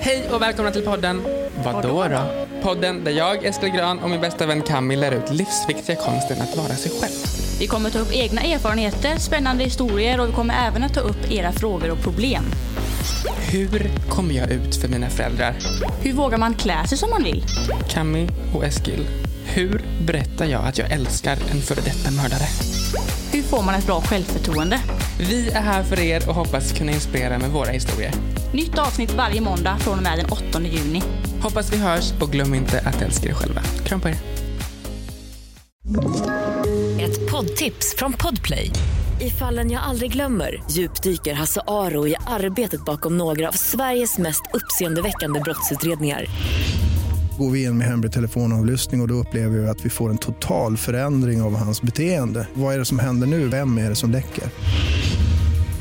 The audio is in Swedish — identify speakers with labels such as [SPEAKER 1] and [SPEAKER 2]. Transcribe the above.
[SPEAKER 1] Hej och välkomna till podden.
[SPEAKER 2] Vadå då?
[SPEAKER 1] Podden där jag, Eskil Grön och min bästa vän Camille lär ut livsviktiga konsten att vara sig själv.
[SPEAKER 3] Vi kommer ta upp egna erfarenheter, spännande historier och vi kommer även att ta upp era frågor och problem.
[SPEAKER 1] Hur kommer jag ut för mina föräldrar?
[SPEAKER 3] Hur vågar man klä sig som man vill?
[SPEAKER 1] Cammy och Eskil. Hur berättar jag att jag älskar en före detta mördare?
[SPEAKER 3] Hur får man ett bra självförtroende?
[SPEAKER 1] Vi är här för er och hoppas kunna inspirera med våra historier.
[SPEAKER 3] Nytt avsnitt varje måndag från och med den 8 juni.
[SPEAKER 1] Hoppas vi hörs och glöm inte att älska er själva. Kram på er.
[SPEAKER 4] Ett poddtips från Podplay. I fallen jag aldrig glömmer djupdyker Hasse Aro i arbetet bakom några av Sveriges mest uppseendeväckande brottsutredningar.
[SPEAKER 5] Går vi in med hemlig telefonavlyssning och, och då upplever vi att vi får en total förändring av hans beteende. Vad är det som händer nu? Vem är det som läcker?